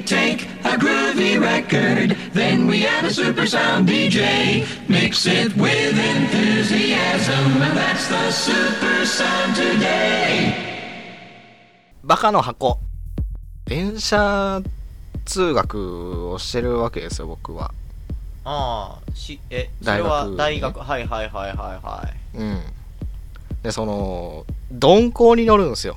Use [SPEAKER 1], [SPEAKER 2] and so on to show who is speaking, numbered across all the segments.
[SPEAKER 1] a groovy record. Then we add a super sound DJ. Mix it with enthusiasm, and that's the super sound today.
[SPEAKER 2] バカの箱電車通学をしてるわけですよ僕は
[SPEAKER 3] ああしえそ
[SPEAKER 2] 大
[SPEAKER 3] れ
[SPEAKER 2] 学
[SPEAKER 3] は大
[SPEAKER 2] ね
[SPEAKER 3] 学はいはいはいはいはい
[SPEAKER 2] うんでその鈍行に乗るんですよ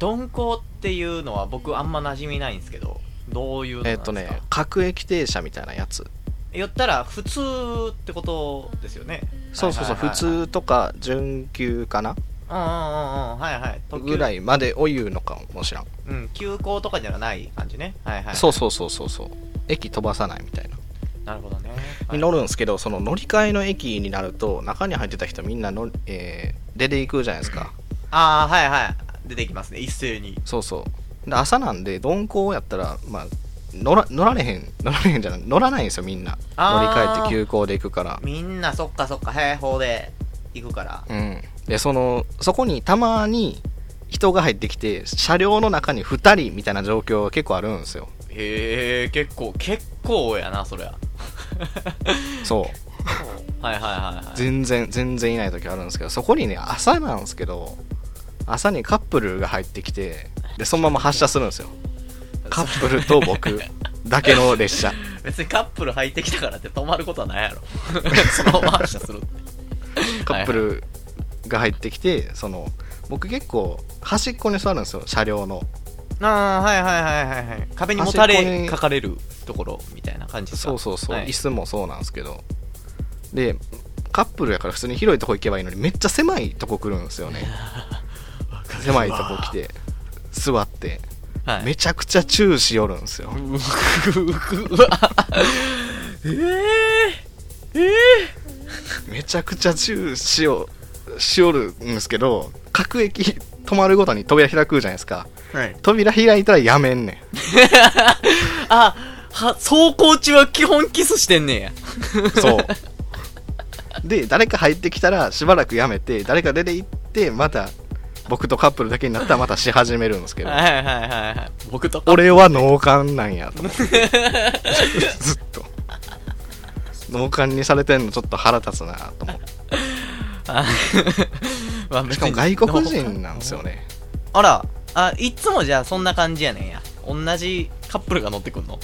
[SPEAKER 3] 鈍行っていうのは僕あんま馴染みないんですけどどういうのなん
[SPEAKER 2] えっ
[SPEAKER 3] ですか
[SPEAKER 2] とね各駅停車みたいなやつ
[SPEAKER 3] 言ったら普通ってことですよね
[SPEAKER 2] そうそうそう
[SPEAKER 3] はいは
[SPEAKER 2] 普
[SPEAKER 3] いはいはい
[SPEAKER 2] 通とか準急かな
[SPEAKER 3] うんうんうんうんはいはい特急
[SPEAKER 2] ぐらいまでを言うのかもしらん
[SPEAKER 3] うん急行とかじゃない感じねはいはい
[SPEAKER 2] そうそうそうそうそう駅飛ばさないみたいな
[SPEAKER 3] なるほどね、は
[SPEAKER 2] に
[SPEAKER 3] い
[SPEAKER 2] 乗るんですけどその乗り換えの駅になると中に入ってた人みんなの、えー出ていくじゃないですか
[SPEAKER 3] ああはいはい出てきますね一斉に
[SPEAKER 2] そうそうで朝なんで鈍行やったら、まあ、乗ら乗られへん 乗られへんじゃない乗らないんですよみんな乗り
[SPEAKER 3] あー
[SPEAKER 2] 換えて急行で行くから
[SPEAKER 3] みんなそっかそっか平方で行くから
[SPEAKER 2] うんでそのそこにたまに人が入ってきて車両の中に2人みたいな状況が結構あるんですよ
[SPEAKER 3] へえ結構結構やなそりゃ
[SPEAKER 2] そう
[SPEAKER 3] はいはいはいはい
[SPEAKER 2] 全然全然いない時あるんですけどそこにね朝なんですけど朝にカップルが入ってきてでそのまま発車するんですよカップルと僕だけの列車
[SPEAKER 3] 別にカップル入ってきたからって止まることはない やろそのまま発車するって
[SPEAKER 2] カップルが入ってきてその僕結構端っこに座るんですよ車両の
[SPEAKER 3] ああはいはいはいはいはい壁にもたれかかれるところみたいな感じですか
[SPEAKER 2] そうそうそう、
[SPEAKER 3] はい
[SPEAKER 2] 椅子もそうなんですけどでカップルやから普通に広いとこ行けばいいのにめっちゃ狭いとこ来るんですよね狭いとこ来て座って
[SPEAKER 3] はい
[SPEAKER 2] めちゃくちゃチューしよるんですよ
[SPEAKER 3] うくうくうわえええ
[SPEAKER 2] めちゃくちゃチューしよしよるんですけど各駅止まるごとに扉開くじゃないですか
[SPEAKER 3] えはい
[SPEAKER 2] 扉開いたらやめんね
[SPEAKER 3] あは走行中は基本キスしてんねんや
[SPEAKER 2] ん そうで誰か入ってきたらしばらくやめて誰か出て行ってまた僕とカップルだけになったらまたし始めるんですけど
[SPEAKER 3] はいはいはいはい僕と
[SPEAKER 2] 俺は脳幹なんやと思って ずっと脳幹にされてんのちょっと腹立つなと思って
[SPEAKER 3] あまあ別
[SPEAKER 2] し
[SPEAKER 3] に
[SPEAKER 2] かも外国人なんですよね
[SPEAKER 3] あらあいつもじゃあそんな感じやねんや同じカップルが乗ってくんの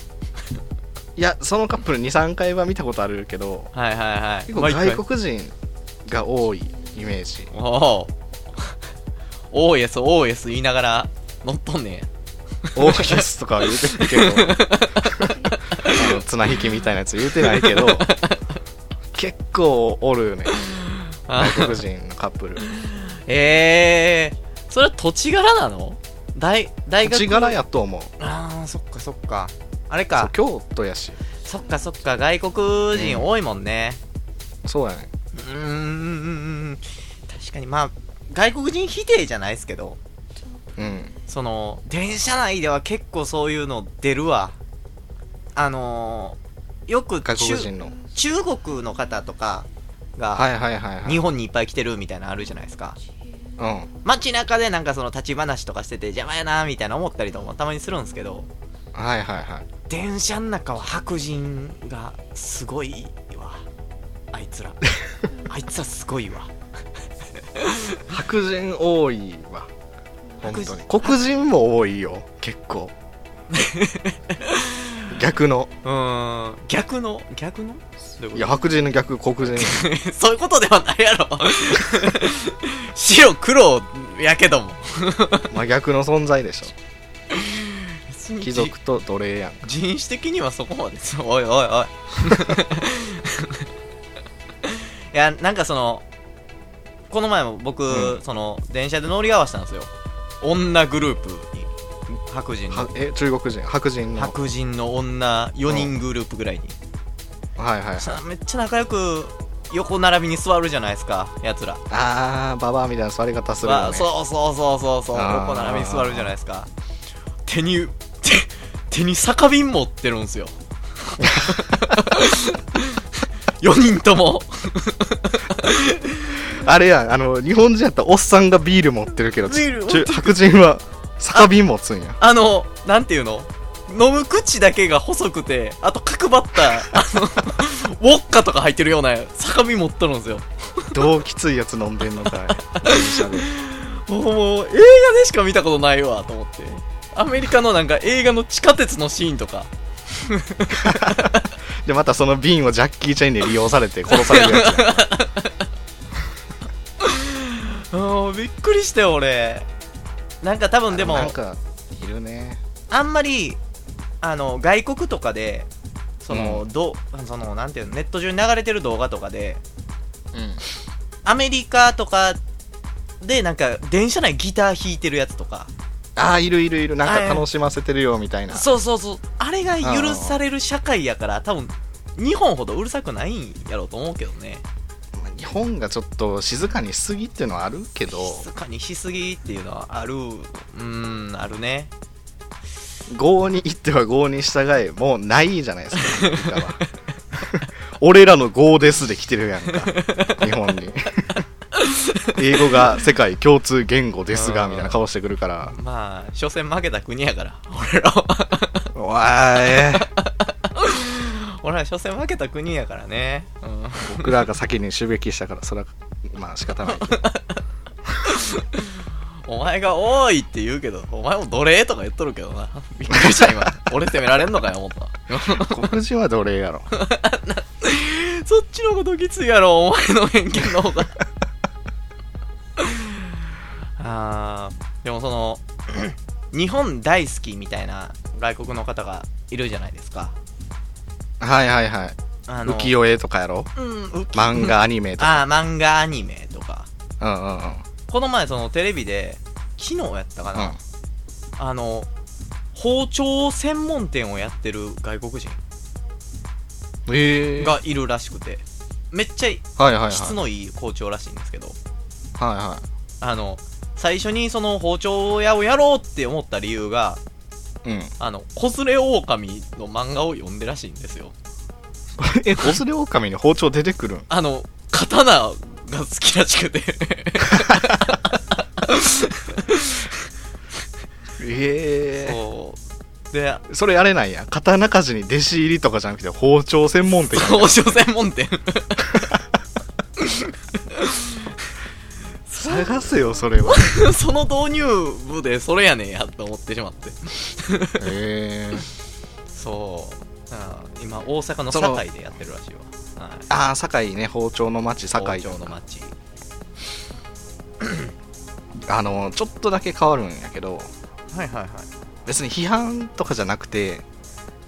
[SPEAKER 2] いやそのカップル23回は見たことあるけど
[SPEAKER 3] はいはいはい
[SPEAKER 2] 結構
[SPEAKER 3] 毎回
[SPEAKER 2] 外国人が多いイメージ
[SPEAKER 3] お お OS、OS 言いながら乗っとんねんや。
[SPEAKER 2] オーキャスとかは言うて るけどあの綱引きみたいなやつ言うてないけど結構おるよね
[SPEAKER 3] あ
[SPEAKER 2] 外国人のカップル
[SPEAKER 3] ええー、それは土地柄なの大、大学
[SPEAKER 2] 土地柄やと思う
[SPEAKER 3] ああ、そっかそっか。あれ
[SPEAKER 2] そう
[SPEAKER 3] か、
[SPEAKER 2] 京都やし
[SPEAKER 3] そっかそっか、外国人多いもんね。
[SPEAKER 2] そうやね
[SPEAKER 3] うーん、うんうんうん確かにまあ、外国人否定じゃないですけど、
[SPEAKER 2] うん
[SPEAKER 3] その、電車内では結構そういうの出るわ。あのー、よく
[SPEAKER 2] 外国
[SPEAKER 3] 中
[SPEAKER 2] 人の
[SPEAKER 3] 中国の方とかが、
[SPEAKER 2] はいはいはいはい
[SPEAKER 3] 日本にいっぱい来てるみたいなのあるじゃないですか
[SPEAKER 2] うん
[SPEAKER 3] 街中でなんかその立ち話とかしてて邪魔やなみたいな思ったりとかもたまにするんですけど
[SPEAKER 2] はいはいはい
[SPEAKER 3] 電車の中は白人がすごいわあいつ らあいつらすごいわ
[SPEAKER 2] 白人多いわ本当に
[SPEAKER 3] 白
[SPEAKER 2] 黒人も多いよ結 構逆の
[SPEAKER 3] うーん逆の逆のどう
[SPEAKER 2] いうや
[SPEAKER 3] こ
[SPEAKER 2] 白人の逆黒 人
[SPEAKER 3] とそういうことではない やろ白黒やけども
[SPEAKER 2] 真逆の存在でしょ
[SPEAKER 3] 別に
[SPEAKER 2] 貴族と奴隷やん
[SPEAKER 3] 人種的にはそこまでですおいおいおい いやなんかそのこの前も僕、
[SPEAKER 2] うん
[SPEAKER 3] その電車で乗り合わせたんですよ女グループに白人
[SPEAKER 2] は
[SPEAKER 3] の
[SPEAKER 2] え中国人白人の
[SPEAKER 3] 白人の女4人グループぐらいに、
[SPEAKER 2] はいはい
[SPEAKER 3] さめっちゃ仲良く横並びに座るじゃないですかやつら、
[SPEAKER 2] あーババアみたいな座り方するよ
[SPEAKER 3] わ
[SPEAKER 2] ね
[SPEAKER 3] そうそうそうそうそう
[SPEAKER 2] あー
[SPEAKER 3] 横並びに座るじゃないですか手に 手手に酒瓶持ってるんですよ4人とも
[SPEAKER 2] あれやあの日本人やったらおっさんがビール持ってるけど
[SPEAKER 3] ビール
[SPEAKER 2] ちゅ白人は酒瓶持つんや
[SPEAKER 3] あのなんていうの飲む口だけが細くて、あと角張った、あの、 ウォッカとか入ってるような酒瓶持っとるんですよ。
[SPEAKER 2] どうきついやつ飲んでんのかい電車で
[SPEAKER 3] もうもう映画でしか見たことないわと思ってアメリカのなんか映画の地下鉄のシーンとか
[SPEAKER 2] でまたその瓶をジャッキー・チェンに利用されて殺されるやつや
[SPEAKER 3] うんびっくりしたよ俺なんか多分でも
[SPEAKER 2] なんかいるね
[SPEAKER 3] あんまりあの外国とかでその、
[SPEAKER 2] うん
[SPEAKER 3] どそのなんていうのネット上に流れてる動画とかで
[SPEAKER 2] うん
[SPEAKER 3] アメリカとかでなんか電車内ギター弾いてるやつとか
[SPEAKER 2] ああいるいるいるなんか楽しませてるよみたいな
[SPEAKER 3] そうそうそうあれが許される社会やから多分日本ほどうるさくないんやろうと思うけどね
[SPEAKER 2] まあ日本がちょっと静かにしすぎっていうのはあるけど
[SPEAKER 3] 静かにしすぎっていうのはあるうーんあるね
[SPEAKER 2] 郷に行っては郷に従えもうないじゃないですかアメリカは 俺らの郷ですで来てるやんか日本に英語が世界共通言語ですが
[SPEAKER 3] うん
[SPEAKER 2] みたいな顔してくるから
[SPEAKER 3] まあ所詮負けた国やから俺らは
[SPEAKER 2] おわーえ
[SPEAKER 3] 俺ら所詮負けた国やからね、うん、
[SPEAKER 2] 僕らが先に襲撃したからそれはまあ仕方ないけど
[SPEAKER 3] お前が「多い」って言うけどお前も奴隷とか言っとるけどなびっくり した今俺責められんのかよ思った
[SPEAKER 2] 黒人は奴隷やろ
[SPEAKER 3] そっちのこときついやろお前の偏見の方 があーでもその日本大好きみたいな外国の方がいるじゃないですか
[SPEAKER 2] はいはいはい
[SPEAKER 3] あの
[SPEAKER 2] 浮世絵とかやろ
[SPEAKER 3] うん、浮き
[SPEAKER 2] 漫画アニメとか
[SPEAKER 3] ああ漫画アニメとか
[SPEAKER 2] うんうんうん
[SPEAKER 3] この前そのテレビで昨日やったか
[SPEAKER 2] う
[SPEAKER 3] な、
[SPEAKER 2] ん
[SPEAKER 3] あの包丁専門店をやってる外国人
[SPEAKER 2] ええ
[SPEAKER 3] がいるらしくてめっち
[SPEAKER 2] はいはいは
[SPEAKER 3] ゃ
[SPEAKER 2] い
[SPEAKER 3] 質のいい包丁らしいんですけど
[SPEAKER 2] はいは
[SPEAKER 3] あの最初にその包丁屋をやろうって思った理由が
[SPEAKER 2] いうん
[SPEAKER 3] あの子連れ狼の漫画を読んでらしいんですよ
[SPEAKER 2] え、オスレオカミに包丁出てくるん
[SPEAKER 3] あの刀が好きらしく て
[SPEAKER 2] え
[SPEAKER 3] そう で
[SPEAKER 2] えそれやれないや。刀鍛冶に弟子入りとかじゃなくて包丁専門店やん
[SPEAKER 3] そう、専門店。
[SPEAKER 2] 探せよ、それ は。
[SPEAKER 3] その導入部でそれやねんやと思ってしまって。
[SPEAKER 2] ええ
[SPEAKER 3] そう。ああ今、大阪の
[SPEAKER 2] その
[SPEAKER 3] 堺でやってるらしいわ。はい、
[SPEAKER 2] ああ、堺ね、包丁の町、堺。
[SPEAKER 3] 包丁の町。
[SPEAKER 2] あの、ちょっとだけ変わるんやけど、
[SPEAKER 3] はいはいはい。
[SPEAKER 2] 別に批判とかじゃなくて、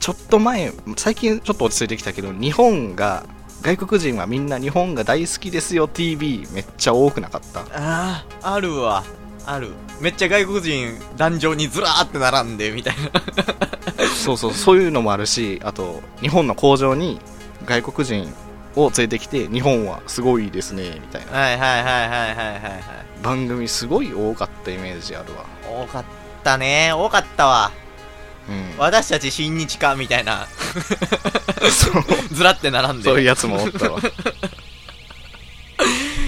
[SPEAKER 2] ちょっと前、最近ちょっと落ち着いてきたけど、日本が、外国人はみんな日本が大好きですよ TV めっちゃ多くなかった。
[SPEAKER 3] ああ、あるわ。ある。めっちゃ外国人、壇上にずらーって並んで、みたいな。
[SPEAKER 2] そうそうそういうのもあるしあと日本の工場に外国人を連れてきて日本はすごいですねみたいな
[SPEAKER 3] はいはいはいはいはいはい。
[SPEAKER 2] 番組すごい多かったイメージあるわ
[SPEAKER 3] 多かったね。多かったわ。
[SPEAKER 2] うん
[SPEAKER 3] 私たち新日か、みたいな。
[SPEAKER 2] そう
[SPEAKER 3] ずらって並んで。
[SPEAKER 2] そういうやつもおったわ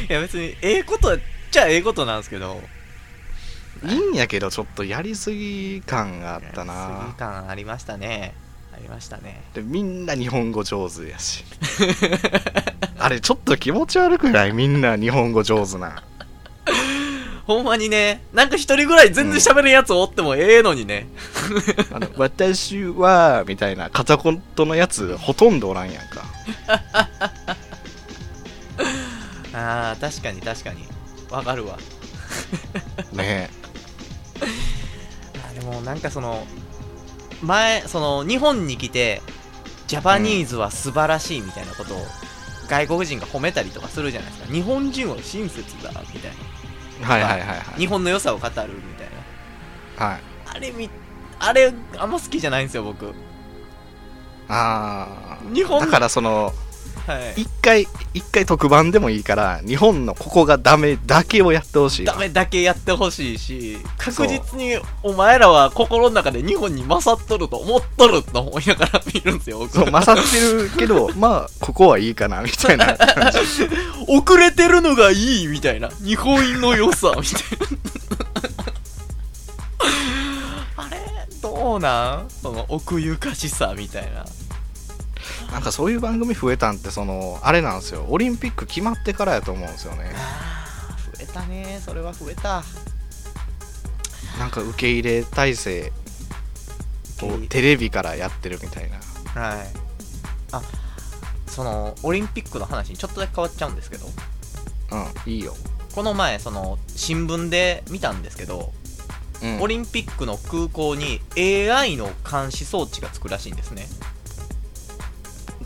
[SPEAKER 3] いや別にええことっちゃええことなんですけど
[SPEAKER 2] いいんやけどちょっとやりすぎ感があった
[SPEAKER 3] 正義
[SPEAKER 2] な
[SPEAKER 3] 感ありましたねありましたね
[SPEAKER 2] でみんな日本語上手や しあれちょっと気持ち悪くないみんな日本語上手な
[SPEAKER 3] ほんまにねなんか一人ぐらい全然喋れんやつおってもええのにね、
[SPEAKER 2] あの私はみたいな片言のやつほとんどおらんやんか
[SPEAKER 3] ああ確かに確かにわかるわ
[SPEAKER 2] ね
[SPEAKER 3] あでもなんかその前その日本に来てジャパニーズは素晴らしいみたいなことを外国人が褒めたりとかするじゃないですか日本人は親切だみたい
[SPEAKER 2] はい
[SPEAKER 3] な
[SPEAKER 2] はいはいはい
[SPEAKER 3] 日本の良さを語るみたいな
[SPEAKER 2] はい
[SPEAKER 3] あれみあれあんま好きじゃないんですよ僕はい
[SPEAKER 2] ああ
[SPEAKER 3] 日本
[SPEAKER 2] だからその一回一回特番でもいいから日本のここがダメだけをやってほしい
[SPEAKER 3] ダメだけやってほしいし確実にお前らは心の中で日本に勝っとると思っとると思いながら見るんですよ僕
[SPEAKER 2] そう勝ってるけど まあここはいいかなみたいな
[SPEAKER 3] 遅れてるのがいいみたいな日本の良さみたいな あれどうそうなんその奥ゆかしさみたいな
[SPEAKER 2] なんかそういう番組増えたんってそのあれなんですよオリンピック決まってからやと思うんですよね
[SPEAKER 3] あー増えたねそれは増えた
[SPEAKER 2] なんか受け入れ体制をテレビからやってるみたいな
[SPEAKER 3] はいあそのオリンピックの話にちょっとだけ変わっちゃうんですけど
[SPEAKER 2] うんいいよ、
[SPEAKER 3] この前その新聞で見たんですけど、
[SPEAKER 2] うん、
[SPEAKER 3] オリンピックの空港に AI の監視装置がつくらしいんですね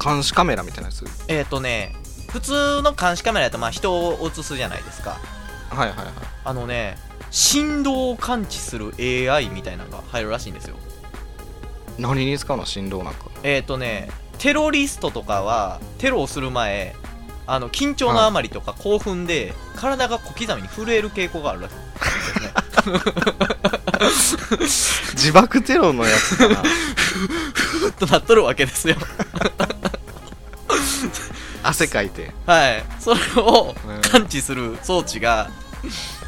[SPEAKER 2] 監視カメラみたいなやつ
[SPEAKER 3] えっ、ー、とね普通の監視カメラだとまあ人を映すじゃないですか
[SPEAKER 2] はいはいはい
[SPEAKER 3] あのね振動を感知する AI みたいなのが入るらしいんですよ
[SPEAKER 2] 何に使うの振動なんか
[SPEAKER 3] えっ、ー、とねテロリストとかはテロをする前あの緊張のあまりとか興奮で体が小刻みに震える傾向があるらしいですね
[SPEAKER 2] 自爆テロのやつ かな
[SPEAKER 3] ふっとなっとるわけですよ
[SPEAKER 2] 汗かいて
[SPEAKER 3] はい、それを
[SPEAKER 2] うん
[SPEAKER 3] 感知する装置が、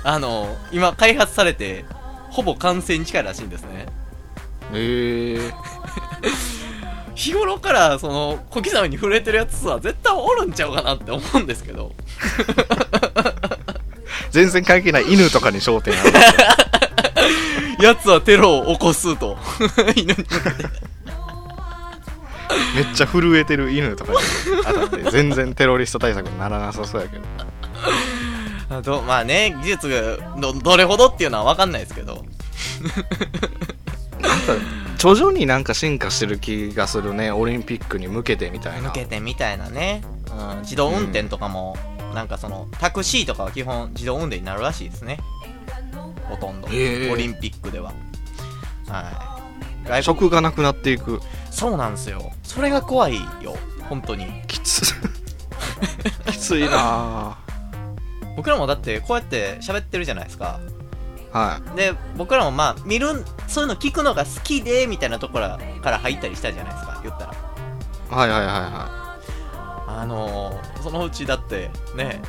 [SPEAKER 3] あの今、開発されて、ほぼ完成に近いらしいんですね。
[SPEAKER 2] へえ
[SPEAKER 3] 日頃からその小刻みに震えてるやつは絶対おるんちゃうかなって思うんですけど、
[SPEAKER 2] 全然関係ない犬とかに焦点ある
[SPEAKER 3] やつはテロを起こすと、 犬に
[SPEAKER 2] めっちゃ震えてる犬とかに当たって全然テロリスト対策にならなさそうやけど
[SPEAKER 3] あとまあね、技術がどどれほどっていうのは分かんないですけど、
[SPEAKER 2] 徐々になんか進化してる気がするねオリンピックに向けてみたいな
[SPEAKER 3] 抜けてみたいなね、うん、自動運転とかも、なんかそのタクシーとかは基本自動運転になるらしいですねほとんど、
[SPEAKER 2] へえ
[SPEAKER 3] オリンピックでははい外国
[SPEAKER 2] 食がなくなっていく
[SPEAKER 3] そうなんですよそれが怖いよ本当に
[SPEAKER 2] き つきついな
[SPEAKER 3] 僕らもだってこうやって喋ってるじゃないですか
[SPEAKER 2] あは
[SPEAKER 3] で僕らもまあ見るそういうの聞くのが好きでみたいなところから入ったりしたじゃないですか言ったら
[SPEAKER 2] いはいはいはいは
[SPEAKER 3] あのー、そのうちだってね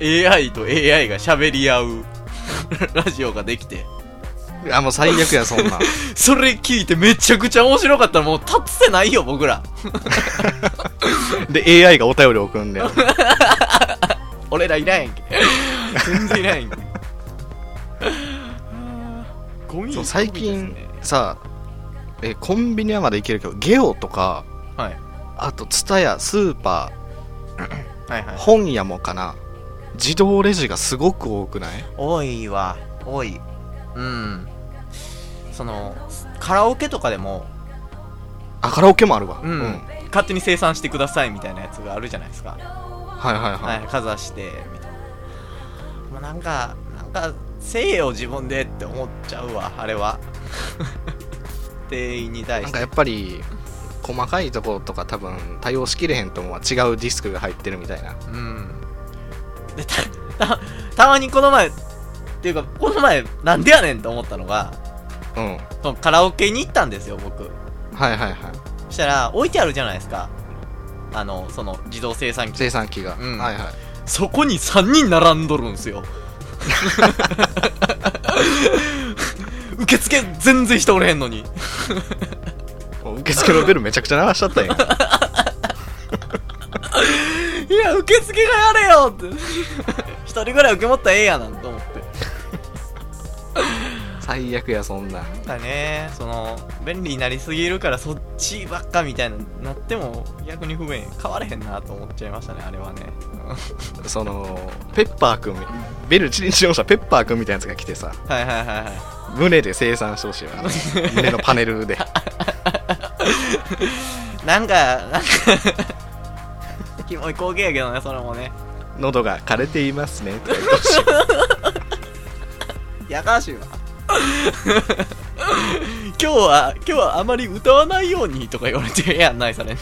[SPEAKER 3] AI と AI が喋り合う ラジオができて
[SPEAKER 2] いあもう最悪やそん なん
[SPEAKER 3] それ聞いてめちゃくちゃ面白かったらもう立つてないよ僕ら
[SPEAKER 2] で AI がお便り送んね ん
[SPEAKER 3] 俺らいらんやんけ 全然い らんやんけゴミ
[SPEAKER 2] そう最近
[SPEAKER 3] ゴミですね
[SPEAKER 2] さえコンビニはまだ行けるけどゲオとか
[SPEAKER 3] はい
[SPEAKER 2] あとツタヤスーパ
[SPEAKER 3] はいは
[SPEAKER 2] ー
[SPEAKER 3] い
[SPEAKER 2] 本屋もかな自動レジがすごく多くない
[SPEAKER 3] 多いわ多いうんそのカラオケとかでも
[SPEAKER 2] あカラオケもあるわ
[SPEAKER 3] うん、
[SPEAKER 2] はい
[SPEAKER 3] 勝手に生産してくださいみたいなやつがあるじゃないですか
[SPEAKER 2] はいは
[SPEAKER 3] はいい、かざしてみたいなもうなんかなんかせえよ自分でって思っちゃうわあれは 店員に対
[SPEAKER 2] なん
[SPEAKER 3] し
[SPEAKER 2] か
[SPEAKER 3] て
[SPEAKER 2] やっぱり細かいところとか多分対応しきれへんと思うわ違うディスクが入ってるみたいな
[SPEAKER 3] うんでたたたまにこの前っていうかこの前なんでやねんと思ったのが
[SPEAKER 2] うん
[SPEAKER 3] そのカラオケに行ったんですよ僕
[SPEAKER 2] はいはいはい
[SPEAKER 3] そしたら置いてあるじゃないですかあのその自動生産機
[SPEAKER 2] 生産機が、
[SPEAKER 3] うん
[SPEAKER 2] はいはい
[SPEAKER 3] そこに3人並んどるんすよ 受付全然人おれへんのに
[SPEAKER 2] もう受付のベルめちゃくちゃ鳴らしちゃ ったんや
[SPEAKER 3] いや、受付がやれよって。一人ぐらい受け持ったらええやなんと思って。
[SPEAKER 2] 最悪やそんなん
[SPEAKER 3] なんかね、その、便利になりすぎるからそっちばっかみたいになっても逆に不便。変われへんなと思っちゃいましたね、あれはね。
[SPEAKER 2] そのペッパーくんベルチリンチリンしたペッパーくんみたいなやつが来てさ
[SPEAKER 3] はいはいはいは
[SPEAKER 2] 胸で生産してほしいわ胸のパネルで
[SPEAKER 3] い。 なんか、なんか、キモい光景やけどね、それもね。
[SPEAKER 2] 喉が枯れています ねとか言ってほしい
[SPEAKER 3] やかま しいわ。今日は、今日はあまり歌わないようにとか言われて、いや、ない されんね。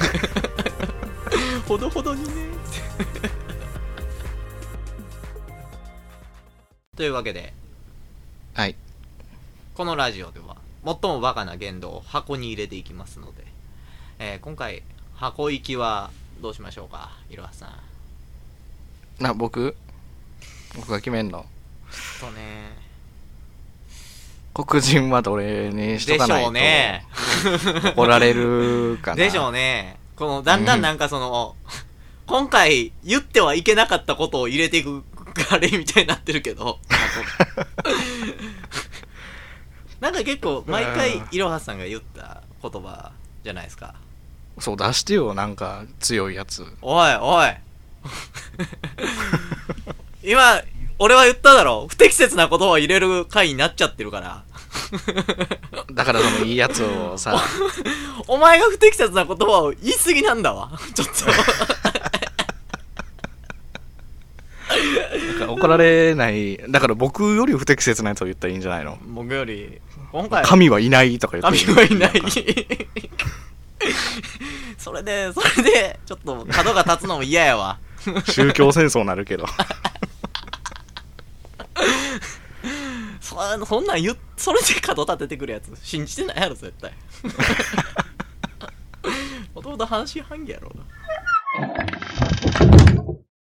[SPEAKER 3] ほどほどにね。 というわけで、
[SPEAKER 2] はい
[SPEAKER 3] このラジオでは、最もバカな言動を箱に入れていきますので、えー今回、箱行きはどうしましょうか、いろはさん。
[SPEAKER 2] な僕僕が決めんの
[SPEAKER 3] ちょっとね、
[SPEAKER 2] 黒人はどれにしと
[SPEAKER 3] で
[SPEAKER 2] か
[SPEAKER 3] し
[SPEAKER 2] ない
[SPEAKER 3] ょ
[SPEAKER 2] と
[SPEAKER 3] うね。
[SPEAKER 2] 怒られるかな。
[SPEAKER 3] でしょうね。この、だんだんなんかその、今回言ってはいけなかったことを入れていく、あれみたいになってるけ ど。なんか結構、毎回、いろはさんが言った言葉じゃないですか。
[SPEAKER 2] そう、出してよ、なんか強いやつ。
[SPEAKER 3] おいおい今、俺は言っただろ。不適切な言葉を入れる回になっちゃってるから。
[SPEAKER 2] だからそのいいやつをさ、
[SPEAKER 3] お前が不適切な言葉を言い過ぎなんだわ。ちょっ
[SPEAKER 2] なんか怒られない。だから僕より不適切なやつを言ったらいいんじゃないの
[SPEAKER 3] と。僕より、今回は
[SPEAKER 2] 神はいないとか言っ
[SPEAKER 3] 神
[SPEAKER 2] て
[SPEAKER 3] はいない
[SPEAKER 2] んか。
[SPEAKER 3] それで、それで、ちょっと角が立つのも嫌やわ。
[SPEAKER 2] 宗教戦争になるけど。
[SPEAKER 3] そそんなん言っ、それで角立ててくるやつ、 信じてないやろ、絶対。もともと半信半疑やろうな。